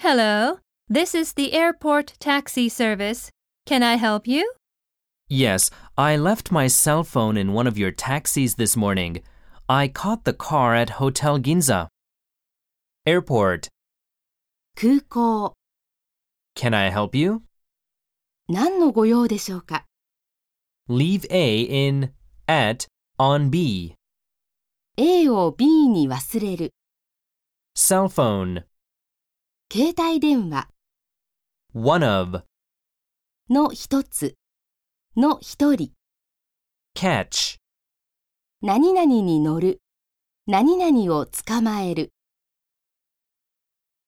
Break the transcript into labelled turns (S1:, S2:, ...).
S1: Hello, this is the airport taxi service. Can I help you?
S2: Yes, I left my cell phone in one of your taxis this morning. I caught the car at Hotel Ginza. Airport,
S3: 空港、
S2: can I help you?
S3: 何のご用でしょうか
S2: Leave A in at on B.
S3: ?A を B に忘れる、
S2: Cell phone,
S3: 携帯電話
S2: one of,
S3: の一つ、の一人、
S2: catch.
S3: 何々に乗る、何々を捕まえる。